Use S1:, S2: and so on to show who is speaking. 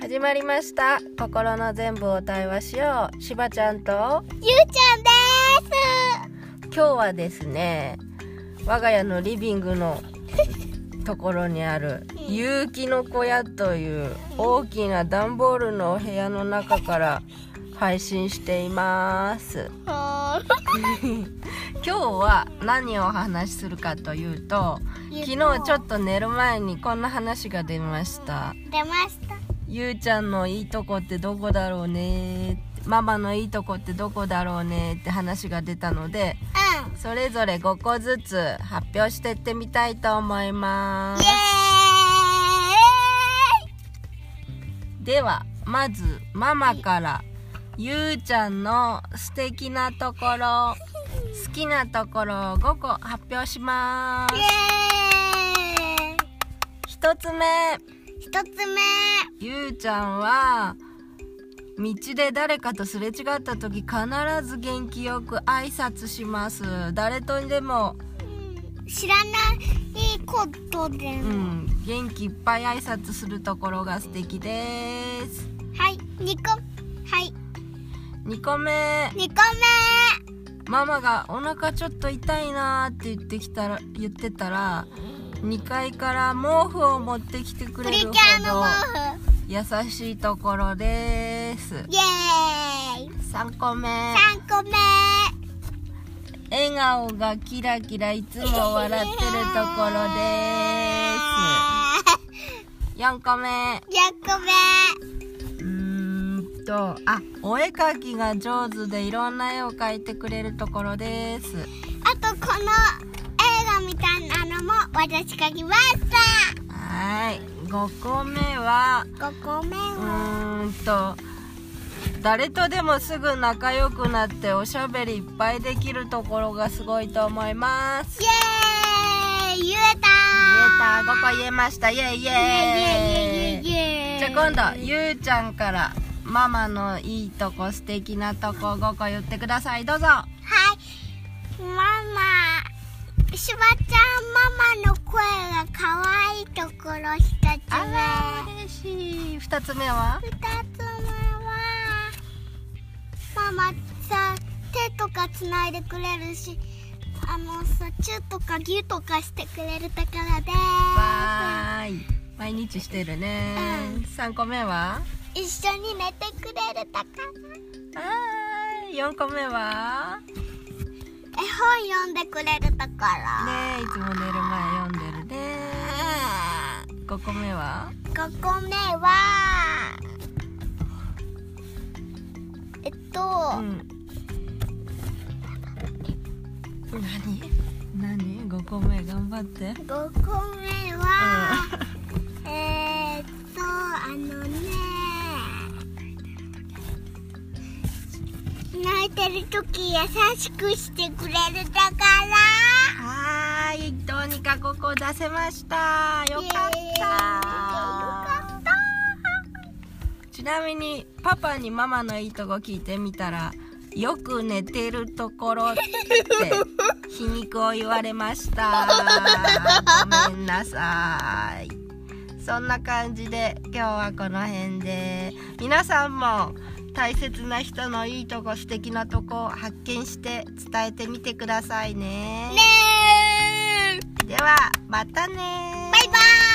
S1: 始まりました心の全部を対話しようしばちゃんと
S2: ゆうちゃんで
S1: 今
S2: す
S1: 日はですね我が家のリビングのところにある
S2: ん
S1: 有機の小屋という大きな段ボールのお部屋の中から配信しています
S2: は
S1: 今日は何をお話しするかというと
S2: ーい
S1: 昨日ちょっと寝る前にこんな話が出ました
S2: 出ました
S1: ゆうちゃんのいいとこってどこだろうねってママのいいとこってどこだろうねって話が出たので
S2: うん
S1: それぞれ5個ずつ発表してってみたいと思いま
S2: イエ
S1: すではまずママからゆうちゃんの素敵なところ好きなところを5個発表しま
S2: ーイイエ
S1: す1つ目
S2: ーイ一つ目
S1: ゆうちゃんは道で誰かとすれ違った時必ず元気よく挨拶します誰とでも、
S2: 知らないことで
S1: う
S2: も、
S1: ん、元気いっぱい挨拶するところが素敵です
S2: はい二個はい
S1: 2個目
S2: 二個
S1: ママがお腹ちょっと痛いなーって言ってきたら言ってたら2階から毛布を持ってきてく
S2: 目プ
S1: れ
S2: リ
S1: る
S2: キ
S1: ほど
S2: ュアの毛布
S1: 優しいところです
S2: イエーイ
S1: 3個目
S2: 三個目
S1: 笑顔がキラキラいつも笑ってるところです4個目
S2: 四個目
S1: うーんとあお絵かきが上手でいろんな絵を描いてくれるところです
S2: あとこの映画みたいなのも私描きました
S1: はーい5個目は
S2: 5個
S1: う
S2: 目は
S1: ーんと誰とでもすぐ仲良くなっておしゃべりいっぱいできるところがすごいと思います言え
S2: イエーイ言えた
S1: た5個言えましたイエイイエイ
S2: イエーイイエーイイエーイ
S1: じゃあ今度ゆうちゃんからママのいいとこ素敵なとこ5個言ってくださいどうぞ
S2: はいママしばちゃんママの声が可愛いところ一つ目
S1: 嬉しい2つ目は
S2: 二つ目はママさ手とかつないでくれるしあのさチューとかギューとかしてくれるところで
S1: わーい毎日してるね
S2: うん
S1: 3個目は
S2: す一緒に寝てくれるところ
S1: はーい4個目は
S2: 絵本読んでくれるところ、
S1: ねえいつも寝る前読んでるね5個目は
S2: 5個目はえっと、
S1: うん何何5個目頑張って
S2: 5個目は、えーっとあのね泣いてる時優しくしてくれるところ
S1: はーい、どうにかここ出せました。よかっ
S2: イエーイよ
S1: た
S2: か。った
S1: ちなみにパパにママのいいとこ聞いてみたら、よく寝てるところって皮肉を言われました。ごめんなさい。そんな感じで今日はこの辺で皆さんも大切な人のいいとこ素敵なとこを発見して伝えてみてくださいね
S2: ねー
S1: ではまたね
S2: バイバーイ